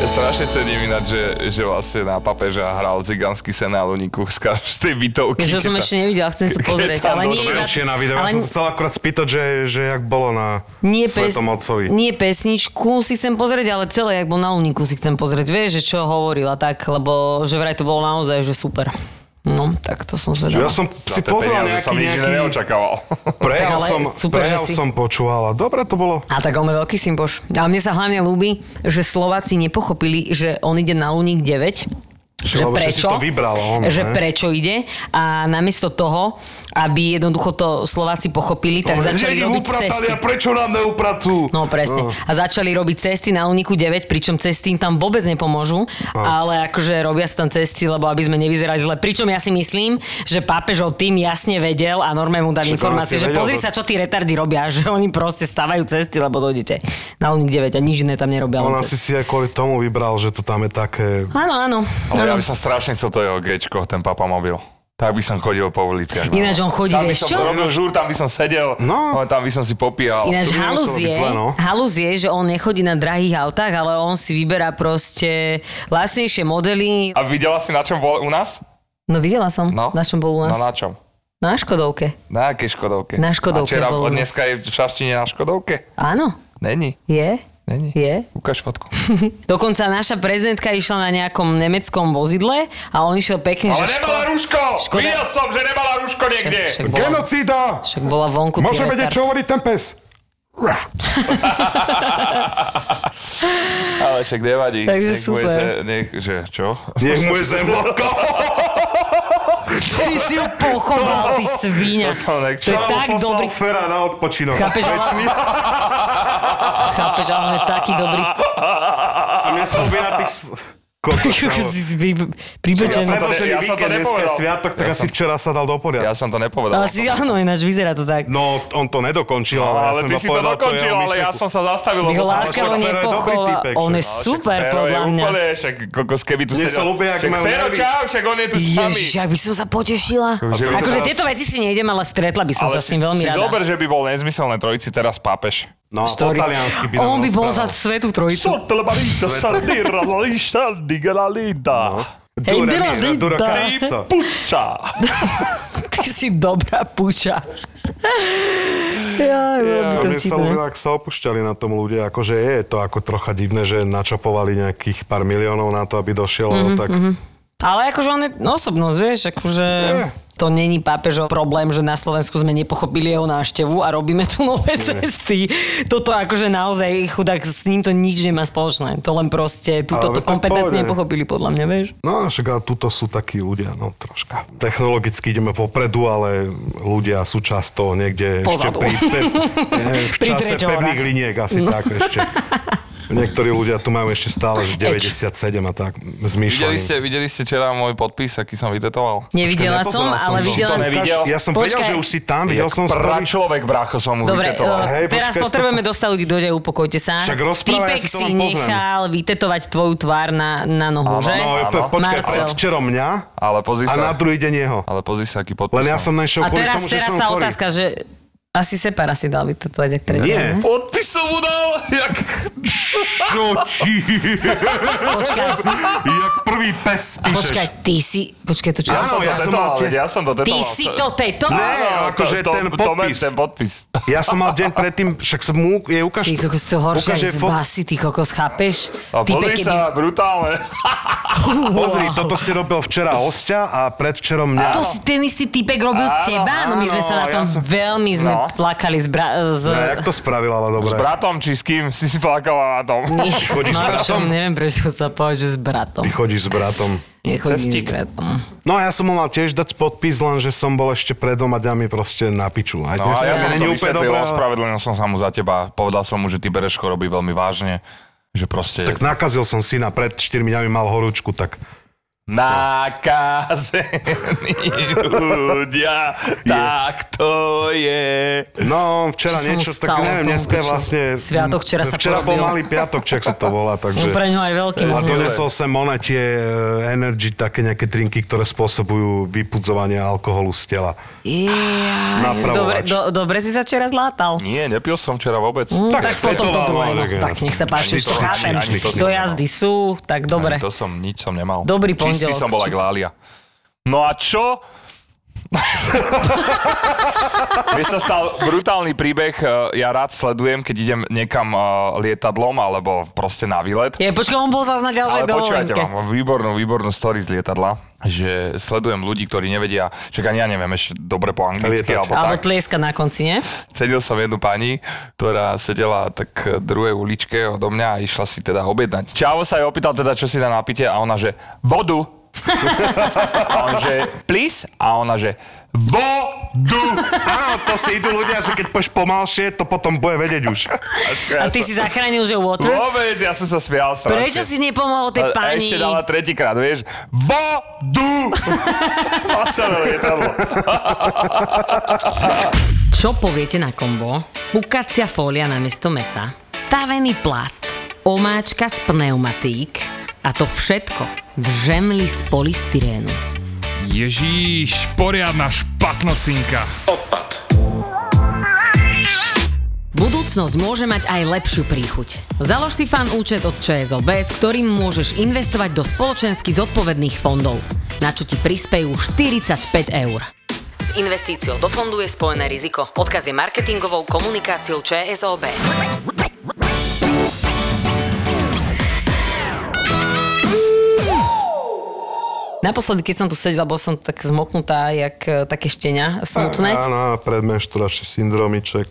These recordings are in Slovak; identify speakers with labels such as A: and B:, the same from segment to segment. A: Ja strašne cením ináč, že, že vlastne na papeža hral cigánsky sen na Luniku z každej bytovky.
B: Vieš, to som
A: Keď
B: ešte nevidela, chcem si to
A: Keď
B: pozrieť,
A: tam
B: ale nie,
A: dobre.
B: iba-
C: Lepšie na video.
B: ale
C: Ja som sa chcel akurát spýtať, že, že jak bolo na
B: nie, pes,
C: Svetom Otcovi.
B: nie pesničku si chcem pozrieť, ale celé, jak bol na Luniku si chcem pozrieť. Vieš, že čo hovorila tak, lebo že vraj to bolo naozaj, že super. No, tak to som
C: Ja
B: zvedala.
C: som
A: za
C: si
A: tie
C: pozrel
A: peniaze
C: nejaký,
A: som nič iné
C: nejaký
A: neočakával.
C: prejav,
B: Tak ale
C: som,
B: super, že
C: prejav
B: si-
C: som počúval a dobre to bolo.
B: A tak on je veľký symboš. A mne sa hlavne ľúbi, že Slováci nepochopili, že on ide na Luník 9, že
C: Lebo si si
B: prečo,
C: to vybral on,
B: že
C: ne?
B: prečo ide a namiesto toho, aby jednoducho to Slováci pochopili, tak začali
C: Není
B: robiť
C: upratali
B: cesty.
C: a prečo nám neupracú?
B: No presne. A začali robiť cesty na Uniku 9, pričom cesty im tam vôbec nepomôžu, ale akože robia sa tam cesty, lebo aby sme nevyzerali zle. Pričom ja si myslím, že pápež o tým jasne vedel a norme mu dal
C: Však on
B: informácie,
C: asi
B: že
C: vedel,
B: pozri
A: no.
C: to-
B: sa, čo tí retardy robia, že oni proste stavajú cesty, lebo dojdete na Unik 9 a nič iné tam nerobia. len
C: On asi
B: cesty.
C: si aj kvôli tomu vybral, že to tam je také...
B: Áno, áno.
A: Ale ja by
B: áno.
A: som strašne chcel to jeho gečko, ten papa mobil. Tak by som chodil po uliciach. no.
B: Ináč on chodí,
A: tam by
B: vieš
A: som
B: čo?
A: robil žúr, tam by som sedel,
C: No.
A: no. tam by som si popíjal.
B: Ináč
C: to by
B: halúz
C: nemuselo
B: je,
C: byť zle, no.
B: halúz je, že on nechodí na drahých autách, ale on si vyberá proste lacnejšie modely.
A: A videla si, na čom bol u nás?
B: No videla som,
A: No.
B: na čom bol u nás.
A: No na čom?
B: Na Škodovke.
A: Na akej Škodovke?
B: Na Škodovke
A: A včera,
B: bolo.
A: dneska je v Šaštine na Škodovke?
B: Áno,
A: Není,
B: je,
A: není.
B: je.
A: Ukáž fotku.
B: Dokonca naša prezidentka išla na nejakom nemeckom vozidle a on išiel pekne,
A: Ale
B: že
A: nemala rúško!
B: Škoda.
A: Videl som, že nemala rúško niekde!
B: však bola,
C: Genocída!
B: však bola vonku. tie
C: Môže vedieť,
B: retard-
C: čo hovorí ten pes.
A: Ale však nevadí.
B: Takže
A: nech mu je
B: super.
A: Ze, nech, že čo?
C: Nech mu je zemloko.
B: Ty si ju pochoval, ty svíňa.
A: To som
B: To
A: nechcel.
B: je tak
C: Poslal
B: dobrý.
C: Fera na odpočinok.
B: Chápeš, ale... Chápeš, ale on je taký dobrý.
C: A mne sa ubí na tých... sl- Kokos, no.
B: Si pri- Pripečený.
A: to ne-
C: Predložený
A: ja som to
C: víkend, dneska je
A: nepovedal.
C: sviatok, tak
A: Ja
C: asi
A: som-
C: včera sa dal do poriadku.
A: Ja som to nepovedal.
B: No, Asi áno, ináč vyzera to tak.
C: No, on to nedokončil, ale, ja
A: ale
C: som
A: ty
C: iba
A: si to
C: povedal, je
A: dokončil, ale
C: jeho
A: ja
C: myšlienku.
A: som sa zastavil.
B: My
A: lebo
B: ho
A: som
C: láska-
B: láskavo
C: však Fero je dobrý
B: nepochová.
C: typek,
B: On je
C: však.
A: Ale no, však
B: super,
A: Fero
B: podľa
A: je
B: mňa.
A: Úplne, však kokos, keby tu
C: Mne sa ľúbia, jak
A: Však
C: majú
A: Fero,
C: nervy.
A: čau, však on je tu s nami.
B: Ježiš, ja by som sa potešila.
A: Že by to
B: Akože
A: bolo-
B: tieto veci si nejdem, ale stretla by som sa s
A: si-
B: ním veľmi
A: si
B: rada.
A: zober, že by bol nezmyselné trojici teraz pápež.
C: No, a po
B: Story.
C: taliansky by nám
B: On by bol za
C: rozprával.
B: svetú trojicu.
A: Barito, Sardira, Lalista, Digralida,
B: Hej,
C: Dura,
B: dela,
C: Mira, Dura
B: dita.
C: Kalico.
A: Puča.
B: Ty si dobrá puča. Ja, bolo by
C: A
B: to
C: mne sa
B: vtipné.
C: ľúbilo, ak sa opúšťali na tom ľudia, akože je to ako trocha divné, že načapovali nejakých pár miliónov na to, aby došiel,
B: Mhm,
C: ale tak...
B: Ale akože on je osobnosť, vieš, akože to není pápežov problém, že na Slovensku sme nepochopili jeho návštevu a robíme tu nové cesty. Toto akože naozaj chudák, s ním to nič nemá spoločné. To len proste, túto
C: Ale
B: to
C: to je v pohode.
B: kompetentne pochopili podľa mňa, vieš.
C: No, však ale tuto sú takí ľudia, no troška. Technologicky ideme popredu, ale ľudia sú často niekde
B: Pozadu.
C: ešte pri, pe, eh, v
B: Pri No.
C: čase
B: treťorách.
C: pevných liniek, asi tak ešte. Niektorí ľudia tu máme ešte stále že
B: Eč.
C: 97 a tak
A: Videli
C: zmýšľaním.
A: ste, videli ste včera môj podpis, aký som vydetoval?
B: Nevidela
C: Počkaj,
B: som,
C: nepozeral
B: ale
C: som to.
A: To
B: videla som...
A: nevidel.
C: Ja som
B: Počkaj.
C: vedel, že už si tam, videl
A: Jak
C: som
A: prá
C: story.
A: človek, brácho, som mu
B: Dobre,
A: vytetoval.
B: eh,
C: Hej,
B: teraz
C: počkaj,
B: potrebujeme dostať ľudí do dejú, pokojte sa.
C: Však rozprávaj, ja
B: Týpek
C: si to
B: si
C: len poznám.
B: nechal vytetovať tvoju tvár na, na nohu,
A: Áno,
B: že?
C: No,
A: Áno.
C: pe- počkaj,
B: Marcel.
C: predvčerom mňa
A: Ale pozri
C: a
A: sa,
C: na druhý deň jeho.
A: ale pozri sa, aký podpis.
C: Len ja som
B: A
C: nešiel kvôli
B: teraz,
C: tomu, že
B: teraz
C: som
B: tá
C: chorý.
B: otázka, že asi Separa si dal vytetovať, ak tretia,
C: Nie.
B: ne?
A: Podpis som mu dal, jak...
C: Čo či,
B: Počkaj,
C: jak prvý pes píšeš.
B: počkaj, ty si... Počkaj, to čo
C: Áno,
B: som...
C: ja som
A: Tetoval,
C: mal tie-
A: veď Ja som to
B: Ty
A: tetoval.
B: si to tetoval?
C: Ne. akože
A: to-
C: ten
A: to-
C: podpis.
A: To, ten podpis.
C: Ja som mal deň predtým, však som mu, je ukáž.
B: Ty kokos, to je horšie
C: Ukáže
B: aj z
C: fot-
B: basy, ty kokos, chápeš?
A: A
B: Typek,
A: pozri sa, brutálne.
C: Pozri, toto si robil včera hostia a predvčerom mňa.
B: To si ten istý typek robil
A: Áno,
B: teba? No my sme sa na
A: áno,
B: tom
A: ja som-
B: veľmi sme
A: No.
B: plakali z... Bra- z...
C: Ne, No, jak to spravila, ale dobre.
A: S bratom či s kým si si plakala na tom.
B: Chodíš
C: s bratom?
B: Neviem, prečo som sa povedal, že s bratom.
C: Ty chodíš s bratom.
B: Nechodím
A: Cestík.
B: s bratom.
C: No a ja som mu mal tiež dať podpis, lenže som bol ešte pred dvoma dňami proste na piču. Aj
A: No a ja
C: mi
A: som to
C: není úplne
A: vysvetlil,
C: ale-
A: ospravedlnil som sa mu za teba. Povedal som mu, že ty bereš choroby veľmi vážne. Že proste...
C: Tak nakazil som syna, pred 4 dňami mal horúčku, tak
A: Nakazení ľudia, tak to je.
C: No, včera
B: Čo sa mu
C: niečo,
B: stalo,
C: tak neviem, dneska
B: Tomko,
C: je
B: čo?
C: vlastne...
B: Sviatok včera sa
C: Včera bol
B: porobilo.
C: malý piatok, čiak sa to volá, takže...
B: No pre ňo aj veľký
C: A
B: možno.
C: donesol sem ona tie e, energy, také nejaké drinky, ktoré spôsobujú vypudzovanie alkoholu z tela. Napravovač.
B: Dobre, do, dobre si sa včera zlátal.
A: Nie, nepil som včera vôbec.
B: Mm, tak, tak potom to
C: to
B: druhé.
C: vám,
B: no.
C: tak ja.
B: Tak nech sa páči,
A: Ani
B: už to
A: to-
B: chápem.
A: ani to som
B: Do
A: nemal.
B: jazdy sú, tak dobre.
A: To som, nič som nemal.
B: Dobrý
A: Čistý
B: pondelok.
A: som bola
B: Či-
A: glália. No a čo? Mne sa stal brutálny príbeh, eh, ja rád sledujem, keď idem niekam eh, lietadlom alebo proste na výlet.
B: Je, počkaj, on bol zaznať ďalšej
A: Ale počúvajte,
B: dovolenke.
A: mám výbornú, výbornú story z lietadla, že sledujem ľudí, ktorí nevedia, čak ani ja neviem ešte dobre po anglicky
C: Lietať.
A: alebo
B: Alebo
A: tak.
B: tlieska na konci, nie?
A: Cedil som jednu pani, ktorá sedela tak eh, druhej uličke odo mňa a išla si teda objednať. Čavo sa jej opýtal teda, čo si dá napite a ona, že vodu. a on, že please. A ona, že vodu.
C: Áno, No, to si idú ľudia, že keď poš pomalšie, to potom bude vedieť už.
B: A ty si zachránil, že water?
A: Vôbec, ja som sa smial strašne.
B: Prečo si nepomohol tej
A: A- A No,
B: pani?
A: ešte dala tretíkrát, vieš, vodu! A celé lietadlo.
B: Čo poviete na kombo? Pukacia fólia na miesto mesa, tavený plast, omáčka z pneumatík a to všetko v žemli z polystyrénu.
D: Ježíš, poriadna špatnocinka.
B: Budúcnosť môže mať aj lepšiu príchuť. Založ si fan účet od ČSOB, s ktorým môžeš investovať do spoločensky zodpovedných fondov, na čo ti prispejú 45 eur. S investíciou do fondu je spojené riziko. Odkaz je marketingovou komunikáciou ČSOB. Naposledy, keď som tu sedela, bol som tak zmoknutá, jak e, také šteňa smutné.
C: Áno, predmenšturačný syndromiček.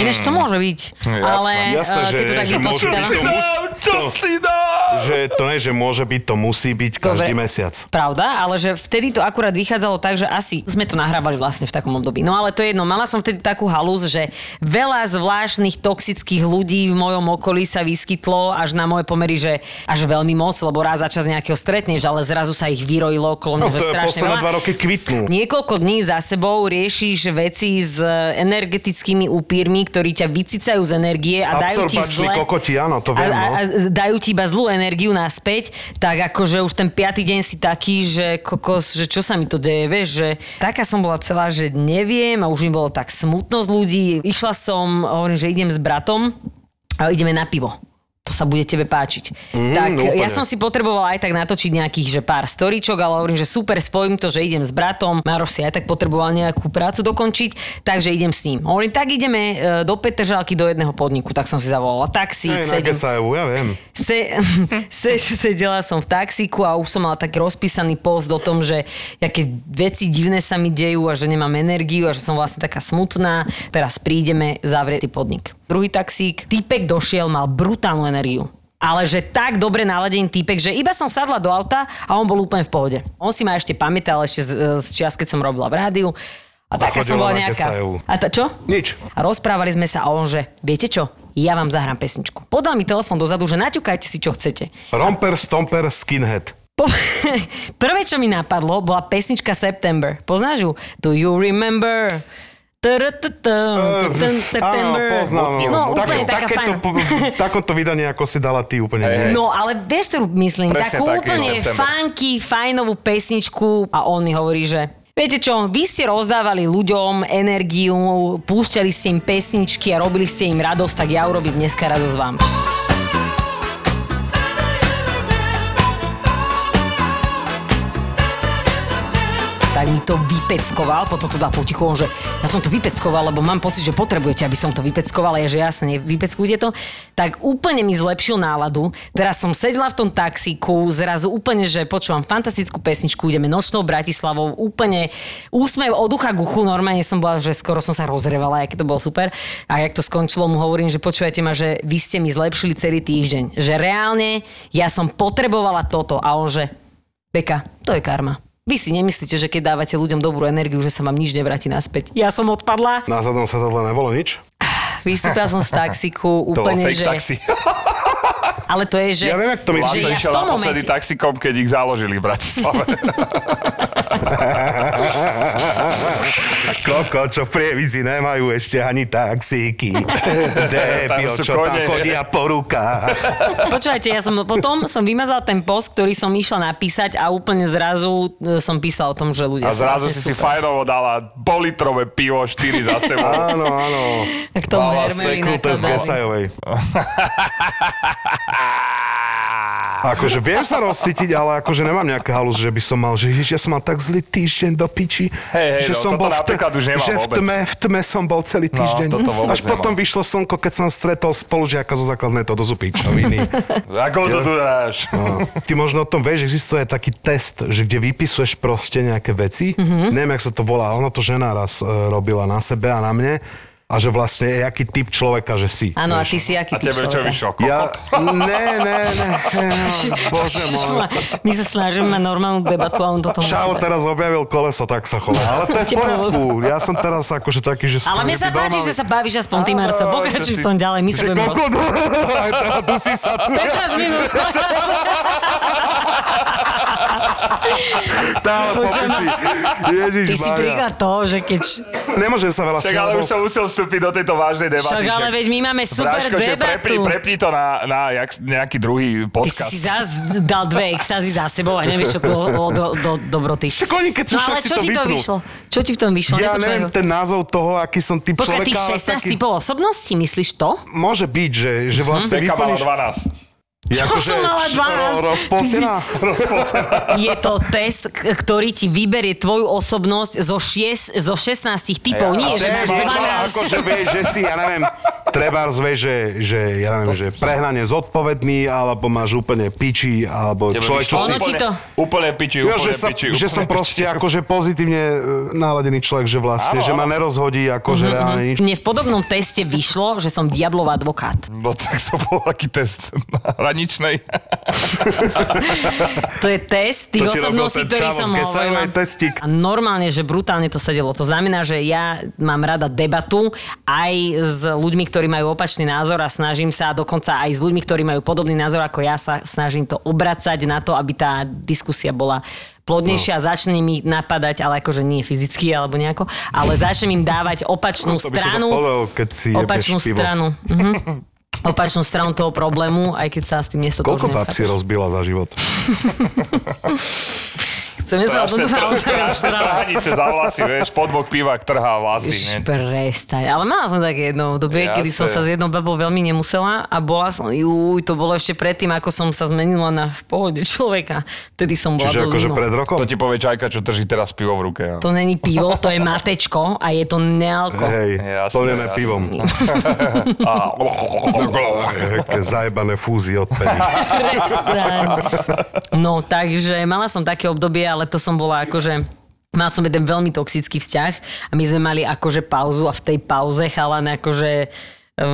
B: Ináč to môže byť,
A: jasné.
B: ale
C: Mm. No, Jasné,
B: eh,
C: že
B: keď to
C: je,
B: tak
C: že môže
B: vypočítam.
C: byť to musí,
A: No, Čo si dá?
C: že to nie, že môže byť, to musí byť každý mesiac.
B: Pravda, ale že vtedy to akurát vychádzalo tak, že asi sme to nahrávali vlastne v takom období. No ale to je jedno, mala som vtedy takú halúz, že veľa zvláštnych toxických ľudí v mojom okolí sa vyskytlo až na moje pomery, že až veľmi moc, lebo raz za čas nejakého stretneš, ale zrazu sa ich vyrojilo okolo mňa,
C: No,
B: že
C: to je
B: strašne
C: posledné
B: veľa.
C: dva roky kvitnú.
B: Niekoľko dní za sebou riešiš veci s eh, energetickými upírmi, ktorí ťa vycicajú z energie a dajú ti
C: Absorbační
B: zle...
C: kokoti, áno, to
B: a,
C: viem,
B: a,
C: no.
B: a dajú ti iba zlú energiu naspäť, tak akože už ten piatý deň si taký, že kokos, že čo sa mi to deje, vieš, že taká som bola celá, že neviem a už mi bolo tak smutno z ľudí. Išla som, hovorím, že idem s bratom a ideme na pivo. To sa bude tebe páčiť. Mm, tak
C: no
B: ja
C: úplne.
B: som si potrebovala aj tak natočiť nejakých, že pár storičok, ale hovorím, že super, spojím to, že idem s bratom. Maroš si aj tak potreboval nejakú prácu dokončiť, takže idem s ním. Hovorím, tak ideme e, do Petržalky do jedného podniku, tak som si zavolala taxi,
C: Hej, na
B: sedem,
C: Kesajevu, ja viem.
B: se, se, sedela som v taxíku a už som mala taký rozpísaný post o tom, že aké veci divné sa mi dejú a že nemám energiu a že som vlastne taká smutná. Teraz prídeme zavrieť podnik. Druhý taxík, týpek došiel, mal brutálnu energiu. Ale že tak dobre naladený týpek, že iba som sadla do auta a on bol úplne v pohode. On si ma ešte pamätal ešte z, z čias, keď som robila v rádiu. A taká som bola
C: chodila na
B: nejaká...
C: Kesajevu.
B: A ta, čo?
C: Nič.
B: A rozprávali sme sa a on, že viete čo, ja vám zahrám pesničku. Podal mi telefón dozadu, že naťukajte si, čo chcete.
C: Romper, stomper, skinhead.
B: Po... Prvé, čo mi napadlo, bola pesnička September. Poznáš ju? Do you remember? Taratatam, tatam, September.
C: Eh, Áno, poznám.
B: No, úplne taká
C: takéto,
B: fajn.
C: po- takéto vydanie, ako si dala ty, úplne
A: Hej,
C: nie.
A: hej.
B: No, ale vieš, ktorú myslím,
A: Presne
B: takú
A: taký
B: úplne
A: September.
B: funky, fajnovú pesničku a on mi hovorí, že Viete čo, vy ste rozdávali ľuďom energiu, púšťali ste im pesničky a robili ste im radosť, tak ja urobím dneska radosť vám. tak mi to vypeckoval, potom to dá potichu, on, že ja som to vypeckoval, lebo mám pocit, že potrebujete, aby som to vypeckoval, ja že jasne, vypeckujte to, tak úplne mi zlepšil náladu. Teraz som sedela v tom taxíku, zrazu úplne, že počúvam fantastickú pesničku, ideme nočnou Bratislavou, úplne úsmev od ucha k uchu, normálne som bola, že skoro som sa rozrevala, aké to bolo super. A jak to skončilo, mu hovorím, že počujete ma, že vy ste mi zlepšili celý týždeň, že reálne ja som potrebovala toto a on, že Beka, to je karma. Vy si nemyslíte, že keď dávate ľuďom dobrú energiu, že sa vám nič nevráti naspäť. Ja som odpadla.
C: Na zadnom sa tohle nebolo nič?
B: Vystúpila som z taxiku
A: To bol
B: úplne,
A: fake
B: že...
A: taxi.
B: Ale to je, že...
C: Ja viem, jak to
B: že
C: myslíš.
A: Láca
B: ja v
A: išiel
B: tom
A: naposledy
B: momente...
A: taxikom, keď ich založili v Bratislave.
C: Koko, čo v prievidzi nemajú ešte ani taxíky. Debil,
A: Tam sú
C: čo tam
A: kone.
C: chodia po rukách.
B: Počúvajte, ja som potom som vymazal ten post, ktorý som išla napísať a úplne zrazu e, som písala o tom, že ľudia
A: A
B: sú
A: zrazu
B: vlastne
A: si si
B: super.
A: fajnovo dala bolitrové pivo, 4 za sebou.
C: Áno, áno.
B: A K tomu
A: mala
B: Hermeli
A: seknuté
C: To je z
B: nakladali.
C: Gesajovej. Akože viem sa rozcítiť, ale akože nemám nejaké halus, že by som mal, že ježiš, ja som mal tak zlý týždeň do piči,
A: Hej, hej,
C: že
A: no,
C: som
A: toto
C: bol v,
A: napríklad už nemám
C: že v
A: vôbec.
C: tme, v tme som bol celý
A: No,
C: týždeň.
A: toto vôbec
C: Až potom
A: nemám.
C: vyšlo slnko, keď som stretol spolužiaka zo základnej to do zupičoviny.
A: Ako to tu dáš?
C: No. Ty možno o tom vieš, existuje taký test, že kde vypisuješ proste nejaké veci.
B: Mhm.
C: Mm-hmm. Neviem, jak sa to volá. Ono to žena raz e, robila na sebe a na mne. A že vlastne, aký typ človeka, že si.
B: Áno, a
C: vieš.
B: ty si
A: A
B: aký typ
A: tebe čo
B: človeka?
A: vyšlo?
C: No. Ja,
A: Kokot?
C: ne, ne, ne, ne, bože môj.
B: My sa snažíme mať normálnu debatu a on toto musí
C: Čau,
B: mať.
C: teraz objavil koleso, tak sa chová. Ale to je v
B: Ti
C: poriadku. Ja som teraz akože taký, že...
B: Ale mne sa páči, že sa bavíš aspoň ty, Marco.
A: Áno,
B: Pokračuj
A: čo
B: v
A: si-
B: tom ďalej, my sa
C: Že
B: budeme roz-
C: kokot, aj teda tu si sa tu.
B: 15 minút.
C: Tá, po piči. Ježiš,
B: Ty si
C: Maria.
B: príklad toho, že keď...
C: Nemôžem sa veľa
A: Však ale
C: smiať,
A: už som musel vstúpiť do tejto vážnej debaty.
B: Však ale veď my máme super
A: Bráško, že prepni,
B: debatu.
A: prepni to na, na jak, nejaký druhý
B: Ty
A: podcast.
B: si zás dal dve extázy za sebou a nevieš, čo to o, do, do, dobroty.
C: Však oni, keď sú,
B: No
C: však
B: ale
C: si
B: čo
C: to
B: ti to
C: vypnú.
B: vyšlo? Čo ti v tom vyšlo?
C: Ja
B: Nepočúvaj
C: neviem
B: ho.
C: ten názov toho, aký som typ
B: Počkaj, ty
C: človeka. ale
B: 16 typov osobností, myslíš to?
C: Môže byť, že, že vlastne
A: Zeka mala
C: vyplníš...
A: 12.
C: Ja
B: Čo som mala 12?
C: Rozpotená.
B: Je to test, k- ktorý ti vyberie tvoju osobnosť zo, šies, zo 16 typov.
A: Ja,
B: Nie,
A: ale
B: že
A: to je
B: máš
A: málo,
B: 12.
C: Ako, že akože vieš, že si, ja neviem, treba vieš, že, že, ja neviem, že prehnane zodpovedný, alebo máš úplne piči, alebo človek, čo si...
B: Ono ti to-
A: Úplne piči,
C: Ja,
A: úplne
C: že, sa,
A: piči.
C: že
A: úplne
C: som
A: piči.
C: proste akože pozitívne e, naladený človek, že vlastne,
A: Áno,
C: že ma
A: áno.
C: nerozhodí akože
B: Mhm,
C: reálne nič.
B: Mne v podobnom teste vyšlo, že som diablov advokát.
A: No tak som bol taký test na hraničnej.
B: To je test tých
C: To ti robil
B: osobností,
C: ten
B: ktorý
C: čavo
B: som
C: z Gesajovej
B: hovorila.
C: testík.
B: A normálne, že brutálne to sedelo. To znamená, že ja mám rada debatu aj s ľuďmi, ktorí majú opačný názor a snažím sa, dokonca aj s ľuďmi, ktorí majú podobný názor ako ja, sa snažím to obracať na to, aby tá diskusia bola
C: No.
B: plodnejšia a začne mi napadať, ale akože nie fyzicky alebo nejako, ale začnem im dávať opačnú
C: No, To by som sa
B: stranu
C: polel, keď si jebeš
B: opačnú
C: pivo.
B: stranu. Mhm. Opačnú stranu toho problému, aj keď sa s tým
C: Koľko
B: nestotožňujem.
C: bab si rozbila za život?
B: Chceme sa o
A: Strašne trh-
B: tomto
A: strašne
B: rozprávať.
A: trhanice za vlasy, vieš, podbok pivák trhá vlasy.
B: Ježiš,
A: ne?
B: Prestaj. Ale mala som také jedno obdobie,
A: Jasné.
B: kedy som sa s jednou babou veľmi nemusela a bola som, juj, to bolo ešte predtým, ako som sa zmenila na v pohode človeka. Vtedy som bola
C: Čiže
B: dosť
C: akože
B: mimo.
C: pred rokom?
A: To ti povie čajka, čo drží teraz pivo v ruke. ja.
B: To není pivo, to je matečko a je to nealko.
C: Hej,
A: Jasne,
C: plnené
A: jasne.
C: pivom.
A: A...
C: Také zajebané fúzy od peňazí.
B: Prestaň. No, takže mala som také obdobie, ale to som bola akože... Mal som jeden veľmi toxický vzťah a my sme mali akože pauzu a v tej pauze chalan akože e,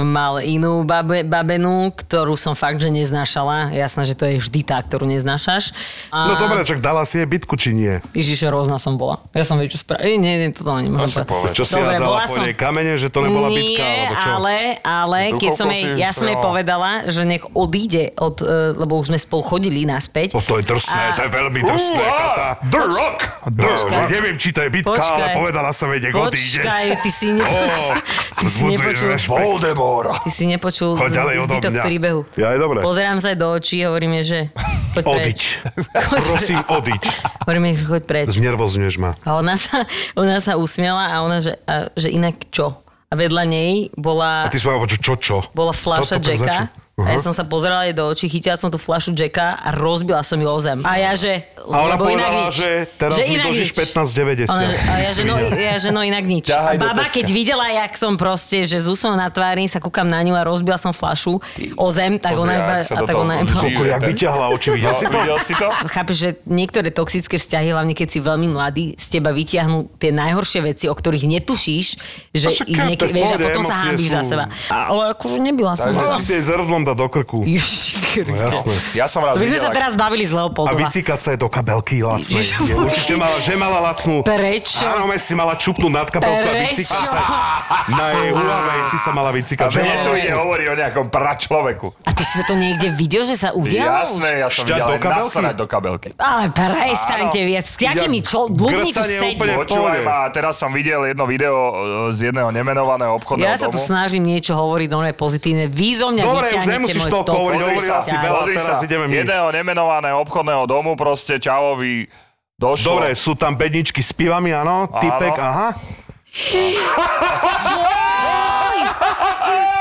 B: mal inú babe, babenu, ktorú som fakt, že neznášala. Jasné, že to je vždy tá, ktorú neznášaš. A...
C: No dobre, čak dala si jej bitku, či nie?
B: Ježiš, hrozná som bola. Ja som vedel, čo spraviť. Nie, nie, toto
A: sa
B: nemôžem
A: povedz.
C: No Čo si
B: Dobre,
C: hádzala
B: bola
C: po
B: som-
C: nej kamene, že to nebola
B: Nie,
C: bitka, alebo čo?
B: ale, ale
A: S
B: keď som
A: duchovkou si
B: jej, ja som jej
A: strela.
B: povedala, že nech odíde, od, e, lebo už sme spolu chodili naspäť.
C: O, to je drsné,
B: A-
C: to je veľmi drsné,
A: Uá,
C: Kata.
A: The Rock! The
B: Počkaj.
A: Rock.
C: Neviem, či to je bitka,
B: Počkaj.
C: ale povedala som jej, nech odíde.
B: Počkaj, ty si, ne... ty si
C: vzbudzuje
B: nepočul,
C: rešpekt.
A: Voldemort.
B: ty si nepočul
C: Choď
B: z-
C: ďalej odo
B: zbytok
C: mňa.
B: príbehu.
C: Ja, je dobre.
B: Pozerám sa aj do očí, hovoríme, že choď
C: Odiť.
B: preč.
C: Prosím, odiť.
B: Hovoríme, že choď preč.
C: Znervozňuješ ma.
B: A ona sa, ona sa usmiela a ona, že, a, že inak čo? A vedľa nej
C: A
B: bola,
C: ty si povedal, čo, čo, čo?
B: bola fľaša
C: Toto pre
B: Jacka.
C: začo-
B: A ja
C: Aha.
B: som sa pozerala jej do očí, chytila som tú fľašu Jacka a rozbila som ju o zem. A ja, že...
C: A ona
B: lebo inak
C: povedala,
B: nič.
C: že teraz mi
B: inak
C: dlžíš
B: nič.
C: 15,90.
B: Ona, že, a ja že, no, ja že no inak nič.
A: Ťahaj
B: A
A: do
B: baba,
A: Teska.
B: keď videla, jak som proste, že s úsmevom na tvári sa kúkam na ňu a rozbila som flašu o zem, tak
A: Pozri,
B: ona
A: ak
B: iba...
A: sa
B: A
A: do
B: tak
A: toho
B: ona iba
A: vžíš.
C: Koko, jak vyťahla oči, videl si to?
A: Videl si to?
B: Chápeš, že niektoré toxické vzťahy, hlavne keď si veľmi mladý, z teba vyťahnú tie najhoršie veci, o ktorých netušíš, že
C: A No však
B: ich
C: to
B: niek-
C: je v
B: vieš, a
C: pohode,
B: potom sa
C: emócie
B: hámbiš za
C: sú-
B: seba. A- Ale akože nebyla som.
A: Takže
C: Ona
B: Ježiš
C: si jej zrdlom dá do krku.
B: Kriste.
C: No jasné.
A: Ja som raz
B: To by teda- sme
A: videl,
B: sa
A: ak-
B: teraz bavili z
C: A
B: Leopoldova.
C: vycikať sa je do kabelky lacné.
B: Ježiš,
C: Je,
B: Bože.
C: určite mala, že mala lacnú.
B: Prečo?
C: Áno, my si mala čupnúť nad kabelku a
B: Prečo?
C: vycikať sa. Na jej úlave si sa mala vycikať. že
A: Mne
C: mala
A: tu
C: lacnú.
A: ide hovorí o nejakom pračloveku.
B: A ty si to niekde videl, že sa udialo?
A: Jasné, ja som
C: Šťať
A: videl
C: do
A: aj
C: kabelky?
A: nasrať do kabelky.
B: Ale prestaňte viac. S akými člo... ľuďmi tu
C: grcanie
B: sedí?
C: úplne-
A: Počúvaj
C: pohode.
A: ma, teraz som videl jedno video e, z jedného nemenovaného obchodného
B: Ja sa tu
A: domu.
B: snažím niečo hovoriť, dobre, pozitívne. Vy zo mňa
C: Dobre, už
B: vyťahnete
C: nemusíš
B: môj
C: toľko
B: top.
C: hovoriť,
B: Pozri
C: hovorila
B: sa.
C: si veľa.
A: Pozri
C: teraz
A: sa,
C: ideme my.
A: jedného nemenovaného obchodného domu proste Čavovi došlo.
C: Dobre, sú tam bedničky s pivami, áno, typek, aha.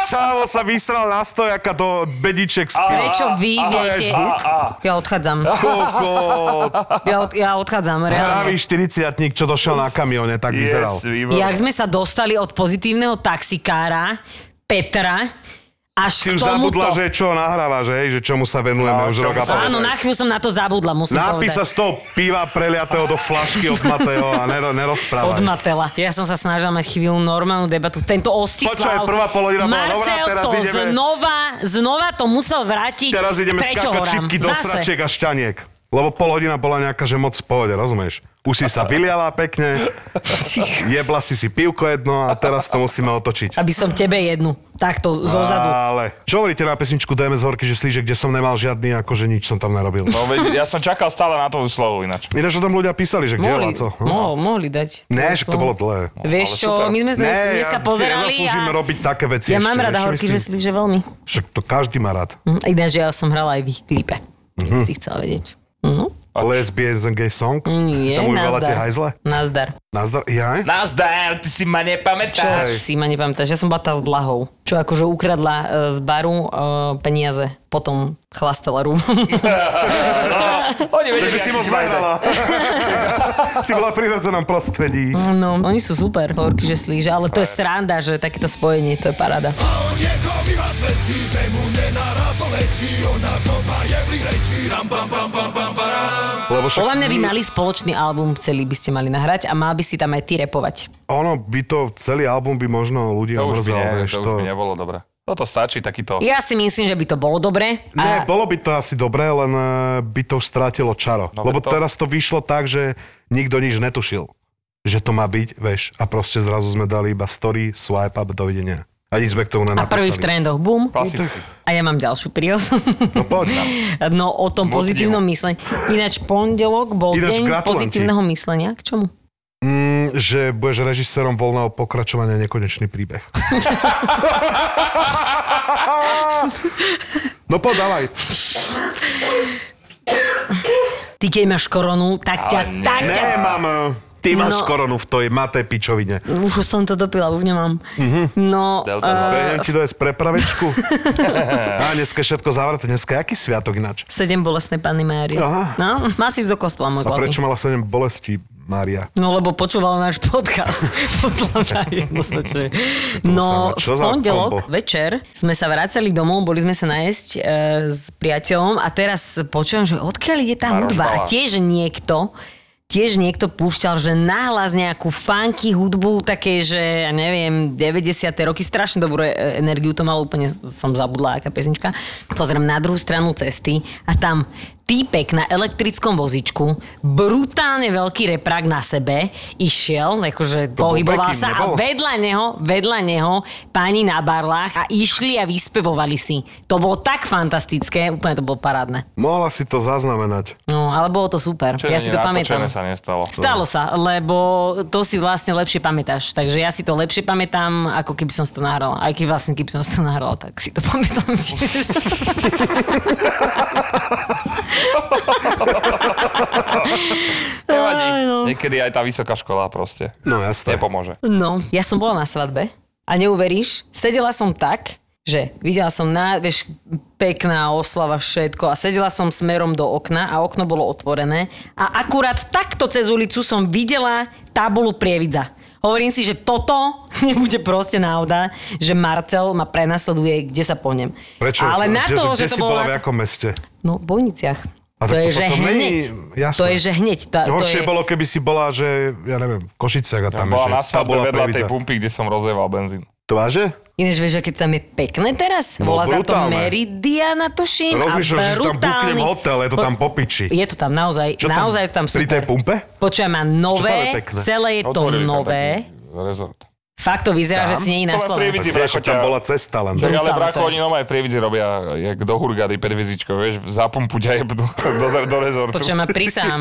C: Čavo sa vysral na stojaka do bediček s pivom.
B: Prečo vy
A: A, a,
B: viete?
A: a, a.
B: Ja odchádzam.
C: Koľko
B: Ja, od, ja odchádzam, reálne.
C: hravý 40 čo došiel na kamione, tak vyzeral.
A: Yes, výborné.
B: Jak sme sa dostali od pozitívneho taxikára Petra až
C: Si
B: k
C: už
B: tomuto.
C: zabudla, že čo nahráva, že, hej, že čomu sa venujeme
A: No,
C: už
A: čomu
C: rok a
A: sa-
C: pol.
B: Áno, na chvíľu som na to zabudla, musím
C: Nápis sa
B: povedať.
C: z toho piva preliatého do flašky od Mateo a nero,
B: Od
C: nerozprávaj.
B: Matela. Ja som sa snažila mať chvíľu normálnu debatu. Tento Ostislav.
C: Počúvaj, prvá polhodina bola dobrá,
B: Marcel
C: teraz
B: to
C: ideme-
B: znova, znova to musel vrátiť.
C: Teraz ideme
B: Treťo
C: skákať
B: horám.
C: čipky do
B: Zase.
C: sračiek a šťaniek. Lebo pol hodina bola nejaká, že moc v pohode, rozumieš? Už si sa vyliala pekne, jebla si si pivko jedno a teraz to musíme otočiť.
B: Aby som tebe jednu. Takto, zozadu.
C: Ale čo hovoríte na pesničku Dajme z horky, že slíže, kde som nemal žiadny, akože nič som tam nerobil.
A: No, veď, ja som čakal stále na tú slovu ináč.
C: Ináč o tom ľudia písali, že kde je
B: Mohli,
C: Laco. Hm?
B: mo, mohli dať.
C: Ne, že to bolo dlhé.
B: Vieš
A: Ale
B: čo,
A: super.
B: my sme dnes,
C: Ne,
B: dneska
C: ja si
B: pozerali
C: nezaslúžim
B: a...
C: robiť také veci
B: Ja
C: ešte,
B: mám rada
C: vieš, čo
B: horky,
C: myslím?
B: že slíže veľmi.
C: Však to každý má rád.
B: Hm, Ináč, ja som hrala aj v ich klipe.
C: Mhm.
B: Mm-hmm. Si chcela vedieť. No,
C: Lesbians and gay song.
B: nie,
C: Tomu vyvolá tie
B: nazdar.
C: hajzle.
B: Nazdar.
C: Nazdar, jaj?
A: Nazdar, ty si ma
B: Čo
A: nepamätáš.
B: si ma nepamätáš, ja som bola tá s dlahou, čo akože ukradla e, z baru e, peniaze, potom chlastala rúm.
A: No, Oni vedia,
C: Takže si
A: aký
C: moc
A: majú
C: nahrala. si bola v prirodzenom prostredí.
B: no, oni sú super, horky, že slíže, ale to je sranda, že takéto spojenie, to je paráda.
C: Lebo však
B: Podľa mňa by mali spoločný album, celý by ste mali nahrať a mal by si tam aj ty repovať.
C: ono by to, celý album by možno ľudí
A: To už by,
C: omrzal,
A: nie,
C: vieš.
A: to už by nebolo dobre. Toto stačí, takýto...
B: Ja si myslím, že by to bolo dobre.
C: Ne, bolo by to asi dobré, len eh, by to už strátilo čaro.
A: No,
C: Lebo
A: to-
C: teraz to vyšlo tak, že nikto nič netušil, že to má byť, vieš. A proste zrazu sme dali iba story, swipe up, dovidenia. A nič sme k tomu
B: a
C: nenapísali.
B: prvý v trendoch, bum.
A: Klasicky.
B: A ja mám ďalšiu príhodu.
C: No poď.
B: No o tom
A: Moc
B: pozitívnom myslení. Ináč pondelok bol deň
C: Ináč gratulujem ti.
B: pozitívneho myslenia. K čomu?
C: Mm, že budeš režisérom voľného pokračovania Nekonečný príbeh. no podávaj.
B: Ty keď máš koronu, tak ťa...
A: Ale nie.
B: Tak ťa
C: Nemám. eh, Ty máš
B: No.
C: koronu v tej matej pičovine.
B: už som to dopila, už nemám.
C: Mhm.
B: No,
A: Delta
B: eh,
C: Bejem ti dojsť prepravečku. A dneska je všetko zavreté. Dneska je aký sviatok ináč?
B: sedem bolestné panny Márie.
C: Aha.
B: No, má si ísť do kostola, môj
C: A
B: zlatý.
C: prečo mala 7 bolesti, Mária?
B: No lebo počúval náš podcast. Podľa mňa jednoznačne. No
C: Čo
B: v
C: za
B: pondelok
C: kombo?
B: večer sme sa vracali domov, boli sme sa nájsť e, s priateľom a teraz počujem, že odkiaľ ide tá
A: Maroš
B: hudba. A
A: Bala.
B: tiež niekto tiež niekto púšťal, že nahlas nejakú funky hudbu, také, že ja neviem, 90. roky, strašne dobrú e, energiu to malo, úplne som zabudla, aká pesnička. Pozriem na druhú stranu cesty a tam týpek na elektrickom vozičku, brutálne veľký reprak na sebe, išiel, akože
C: bol
B: pohyboval
C: Bekim,
B: sa
C: nebol?
B: a vedľa neho, vedľa neho páni na barlách a išli a vyspevovali si. To bolo tak fantastické, úplne to bolo parádne.
C: Mohla si to zaznamenať.
B: No, ale bolo to super.
A: Čo
B: ja
A: není
B: si to pamätám.
A: natočené, sa nestalo.
B: Stalo sa, lebo to si vlastne lepšie pamätáš. Takže ja si to lepšie pamätám, ako keby som si to nahrala. Aj keď vlastne keby som si to nahrala, tak si to pamätám tiež.
A: Nevadí. Niekedy aj tá vysoká škola proste.
C: No jasné.
A: Nepomôže.
B: No, ja som bola na svadbe a neuveríš, sedela som tak, že videla som na, vieš, pekná oslava, všetko a sedela som smerom do okna a okno bolo otvorené a akurát takto cez ulicu som videla tabulu Prievidza. Hovorím si, že toto nebude proste náhoda, že Marcel ma prenasleduje, kde sa po nem.
C: Prečo?
B: Ale na
C: Kde-
B: to,
C: kde
B: že to
C: si
B: bolo...
C: bola v
B: na-
C: akom meste?
B: No, v Bojniciach.
C: A
B: To
C: tak
B: je,
C: to
B: že
C: potom
B: hneď.
C: není- jasné.
B: To je, že hneď. Tá, to
C: Horšie
B: je...
C: bolo, keby si bola, že, ja neviem, v Košiciach a tam
A: Bola na
C: tá
A: svadbe vedľa tej
C: Prievidza.
A: pumpy, kde som rozleval benzín.
C: To váže?
B: Ináč vieš, aké to tam je pekné teraz? Volá sa to
C: No, brutálne.
B: Meridiana, tuším.
C: Rozmýšľam, že si tam
B: brutálny-
C: buknem hotel, je to tam po piči.
B: Je to tam naozaj,
C: Čo tam?
B: naozaj tam
C: Pri tej
B: super.
C: pumpe?
B: Počujem, má
C: Čo tam je
B: nové,
C: pekné?
B: celé je to
A: Otvorili tam
B: nové.
A: taký Rezort.
B: Fakt to vyzerá, že si nie je na
A: To má
B: Slovensku.
A: prievidzi. Ty
C: Tak vieš,
A: bracho,
C: že tam
A: ťa-
C: bola cesta len.
A: Tak ale
B: Brutálne
A: brácho,
B: to je.
A: oni nové prievidzi robia, jak do hurgady pred hviezdičkou, vieš, zapumpu ťa jebnú do, do rezortu.
B: Počujem, a prísahám.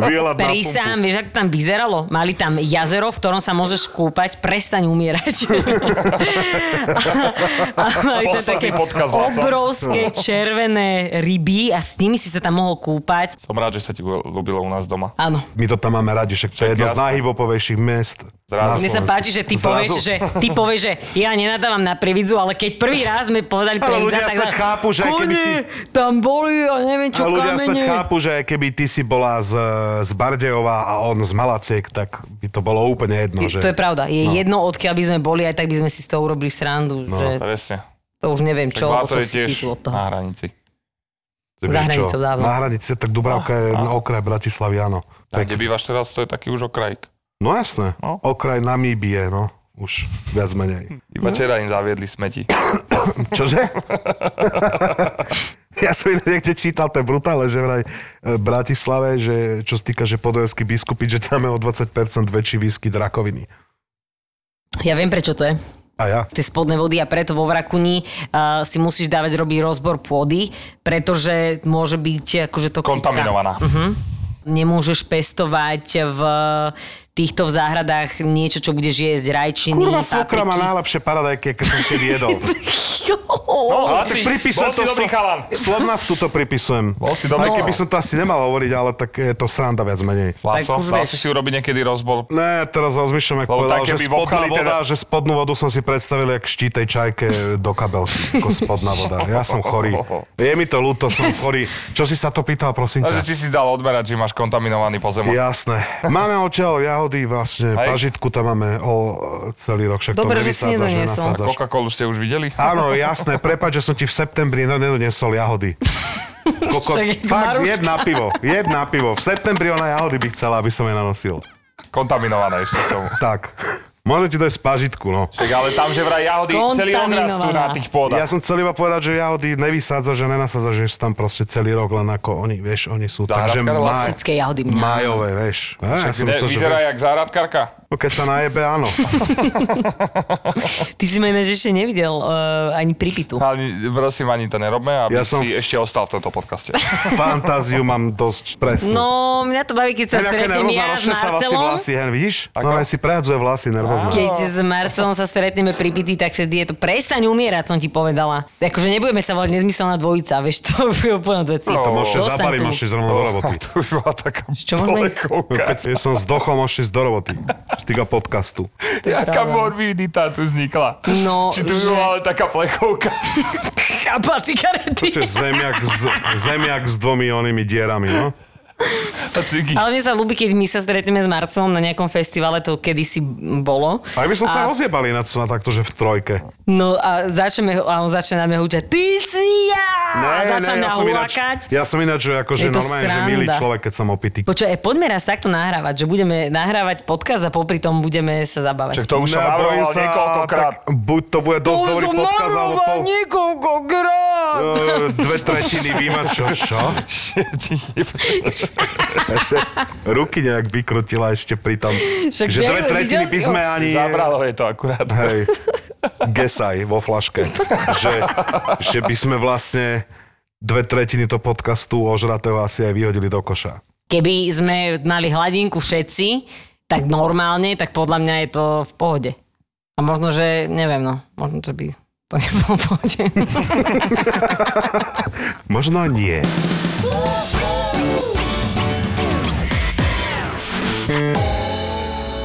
C: Výhľad na pumpu.
B: Prísahám, vieš, ako tam vyzeralo? Mali tam jazero, v ktorom sa môžeš kúpať, prestaň umierať. a, a mali tam
A: Posledný
B: také
A: podcast, Laco.
B: obrovské červené ryby a s nimi si sa tam mohol kúpať.
A: Som rád, že sa ti ľúbilo u nás doma.
B: Áno.
C: My to tam máme radi, však to je
A: Však
C: jedno z
A: jasné.
C: najhybopovejších miest.
A: Zrazu.
C: na
B: Mne sa
C: Slovensku.
B: páči, že ty
C: Zrazu.
B: povieš, že, ty povieš, že ja nenadávam na Prividzu, ale keď prvý raz sme povedali
C: Ale
B: Prividza,
C: ľudia
B: tak...
C: snáď chápu, že aj keby
B: Kone,
C: si-
B: tam boli a neviem čo
C: A ľudia snáď
B: kamene.
C: chápu, že aj keby ty si bola z, z Bardejova a on z Malaciek, tak by to bolo úplne jedno. Že... No.
B: To je pravda. Je jedno, odkiaľ by sme boli, aj tak by sme si z toho urobili srandu. No, že
A: Presne.
B: to už neviem
A: Tak
B: čo, lebo
A: Láco
B: to
A: je
B: si
A: tiež
B: titul od toho.
C: No.
A: na hranici.
C: To je
B: za
C: čo?
B: hranicou dávno.
C: Na hranici, tak Dubravka je okraj Bratislavy, áno.
A: Oh, Tak. Kde bývaš teraz, to je taký už okrajk.
C: No jasné,
A: No.
C: okraj Namíbie, no. Už viac menej.
A: Iba včera im zaviedli smeti.
C: Čože? ja som inak niekde čítal, to je brutálne, že vraj e, v Bratislave, že čo sa týka, že podojský biskupy, že tam je o 20% väčší výskyt rakoviny.
B: Ja viem, prečo to je.
C: A ja?
B: Tie spodné vody a preto vo Vrakuni uh, si musíš dávať robiť rozbor pôdy, pretože môže byť akože toxická.
A: Kontaminovaná.
B: Mhm. Nemôžeš pestovať v týchto v záhradách niečo, čo budeš jesť, rajčiny,
C: Kurva, svokra má
B: papriky.
C: najlepšie paradajky, aké som kedy jedol.
A: No,
C: Ale
A: Laci,
C: pripisujem
A: bol si
C: to
A: dobrý
C: slo-
A: chalan.
C: Slovnaftu to pripisujem.
A: Bol si
C: Aj
A: dobrý
C: keby
A: chalan.
C: som to asi nemal hovoriť, ale tak je to sranda viac menej.
A: Láco,
B: už
A: dal
B: vieš.
A: si si urobiť niekedy rozbor
C: Ne, teraz rozmýšľam, ako
A: Lebo
C: povedal,
A: tak,
C: že
A: keby
C: spodná
A: vopchali
C: voda,
A: teda-
C: že spodnú vodu som si predstavil, jak štítej čajke do kabelky, ako spodná voda. Ja som chorý. Je mi to ľúto, som chorý. Čo si sa to pýtal, prosím
A: Takže
C: ťa?
A: či si dal odmerať, či máš kontaminovaný pozemok. Ja.
C: Jasné. Máme odtiaľ jahody, vlastne
A: Hej.
C: pažitku tam máme o celý rok, však
B: Dobre,
C: to
B: že si
C: nevysádzaš,
B: nedoniesol.
C: nenasádzaš.
A: Coca-Colu ste už videli?
C: Áno, jasné, prepáč, že som ti v septembri ne- nedonesol jahody. Koko,
B: Však je to
C: fakt,
B: Maruška.
C: jed na pivo, jed na pivo. V septembri ona jahody by chcela, aby som jej nanosil.
A: Kontaminované ešte k tomu.
C: Tak, môžem ti dať spažitku, no.
A: Tak ale tam, že vraj jahody celý rok rastú na
B: Kontaminovaná.
A: tých pôdach.
C: Ja som chcel iba povedať, že jahody nevysádza, že nenasádza, že sú tam proste celý rok, len ako oni, vieš, oni sú.
A: Záhradkár
C: Takže maj,
A: vlastne.
B: Toxické jahody mňa.
C: majové, vieš. Á, ja som
A: Ne,
C: myslel, že
A: vyzerá jak záhradkárka.
C: vieš, no, keď sa najebe, áno.
B: Ty si ma ináč ešte nevidel uh, ani pripitu.
A: Ani, prosím, ani to nerobme, aby ja
C: Ja
A: som...
C: som-
A: si ešte ostal v tomto podcaste.
C: Fantáziu mám dosť presnú.
B: No, mňa to baví, keď sa
C: Také
B: stretnem
C: nervózne,
B: ja s
C: rošne sa vlastne
B: Marcelom.
C: vlasy, hen, vidíš?
A: Ako?
C: No, si prehadzuje vlasy, nervózne.
B: Keď s Marcelom sa stretneme pri pity, tak vtedy je to prestaň umierať, som ti povedala. Akože nebudeme sa volať nezmyselná dvojica, vieš, to je úplne od veci.
A: No,
C: To môžete
B: Zostaň
C: zapaliť,
B: tu.
C: môžete ísť rovno do roboty.
A: to už bola taká
B: Čo môžeme ísť?
A: polekovka.
C: Keď som zdochol, môžete ísť do roboty. Čo týka podcastu.
A: Jaká
B: pravda.
A: morbidita tu vznikla.
B: No,
A: Či tu
B: že-
A: že... bola ale taká plechovka.
B: Chápa
C: Čo je
B: cigarety.
C: zemiak s, zemiak s dvomi onými dierami, no?
A: A cigy.
B: Ale mne sa ľúbi, keď my sa stretneme s Marcelom na nejakom festivale, to kedysi bolo.
C: Aj by som sa
B: A-
C: rozjebali na, na takto, že v trojke.
B: No a, začneme, ho- a on začne na mňa hučať, ty svia! a začne mňa
C: ináč,
B: hulakať.
C: ja som ináč, že akože
B: Je to
C: normálne, že
B: sranda.
C: milý človek, keď som opitý.
B: Počkaj, e, poďme raz takto nahrávať, že budeme nahrávať podcast a popri tom budeme sa zabávať.
A: Však to už som
C: Nebojím
A: navrhoval niekoľkokrát.
C: tak buď to bude dosť dobrý podkaz, alebo pol,
B: niekoľkokrát.
C: Eh, dve tretiny výma, čo, čo? Ešte ruky nejak vykrutila ešte pri tom.
B: Však
C: že
B: ja
C: dve
B: som-
C: tretiny
B: videl
C: by
B: si
C: sme
B: ho.
C: ani...
A: Zabralo je to akurát.
C: Hej, gesaj vo flaške. Že, že by sme vlastne dve tretiny to podcastu ožratého asi aj vyhodili do koša.
B: Keby sme mali hladinku všetci, tak normálne, tak podľa mňa je to v pohode. A možno, že neviem, no, možno, že by to nebolo v pohode.
C: Možno nie.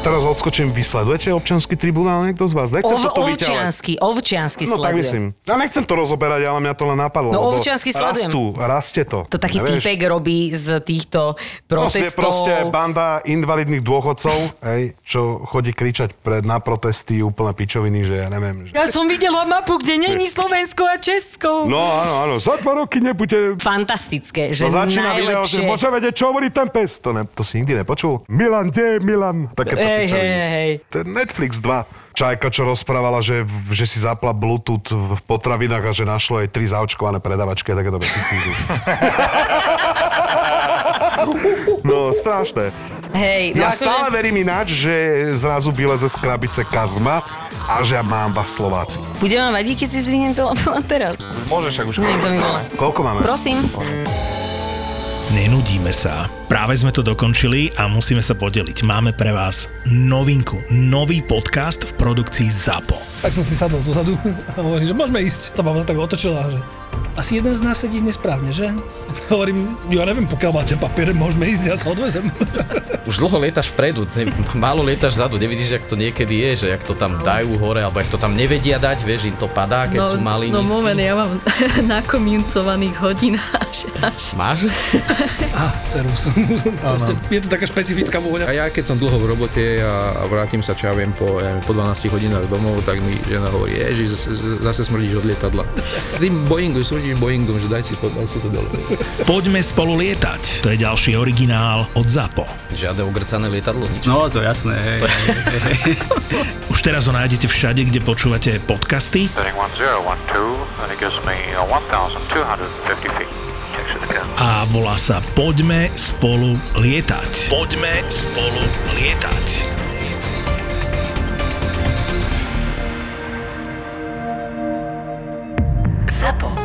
C: Teraz odskočím, vy sledujete občanský tribunál niekto z vás? Nechcem
B: Ov,
C: to tu vyťahovať.
B: ovčiansky, ovčiansky
C: No tak
B: sleduje.
C: myslím. Ja nechcem to rozoberať, ale mňa to len napadlo.
B: No,
C: lebo
B: občiansky sledujem.
C: Rastú, rastie to.
B: To taký
C: Nevieš?
B: týpek robí z týchto
C: Proste,
B: protestov.
C: proste banda invalidných dôchodcov, hej, čo chodí kričať pred, na protesty úplne pičoviny, že ja neviem. Že...
B: Ja som videla mapu, kde není Slovensko a Česko.
C: No áno, áno, za dva roky nebude...
B: Fantastické, že
C: To No, začína video,
B: najlepšie.
C: že môže vedieť, čo hovorí ten pes. To, ne, to si nikdy nepočul. Milan, kde je Milan? Také to
B: Hej,
C: pičoviny.
B: hej, hej, hej.
C: Ten Netflix 2. Čajka, čo rozprávala, že, že si zapla Bluetooth v potravinách a že našlo jej tri zaočkované predavačky a takéto veci si idú. No, strašné.
B: Hej, no
C: Ja
B: akože-
C: stále verím ináč, že zrazu vyleze z krabice kazma a že ja mám vás Slováci.
B: Bude vám vadiť, keď si zvihnem telefón teraz?
A: Môžeš však už...
B: Niekto mi volá.
C: Koľko máme?
B: Prosím.
E: Nenudíme sa. Práve sme to dokončili a musíme sa podeliť. Máme pre vás novinku. Nový podcast v produkcii ZAPO.
F: Tak som si sadol dozadu a hovorím, že môžeme ísť. Tá baba tak otočila, že asi jeden z nás sedí nesprávne, že? Hovorím, ja neviem, pokiaľ máte papiere, môžeme ísť, ja sa odvezem.
G: Už dlho lietaš vpredu, ne- málo lietaš vzadu, nevidíš, jak to niekedy je, že jak to tam dajú hore, alebo jak to tam nevedia dať, vieš, im to padá, keď sú malí
H: no
G: nízky.
H: moment, ja mám nakomincovaných hodín až, až.
G: Máš?
F: A servus. Proste, je to taká špecifická vôňa.
I: A ja keď som dlho v robote a, a vrátim sa, čo ja viem, po, ja viem, po 12 hodinách domov, tak mi žena hovorí, ježiš, zase, zase smrdíš od lietadla. S tým Boeingu, smrdíš Boeingom, že daj si to, daj si to dole.
E: Poďme spolu lietať. To je ďalší originál od ZAPO.
G: Žiadne ugrcané lietadlo, nič.
J: No, to jasné, hej. To...
E: Už teraz ho nájdete všade, kde počúvate podcasty
K: 31012, and it gives me uh, 1,250 feet. Takes it again.
E: a volá sa Poďme spolu lietať. Poďme spolu lietať.
L: Zapo.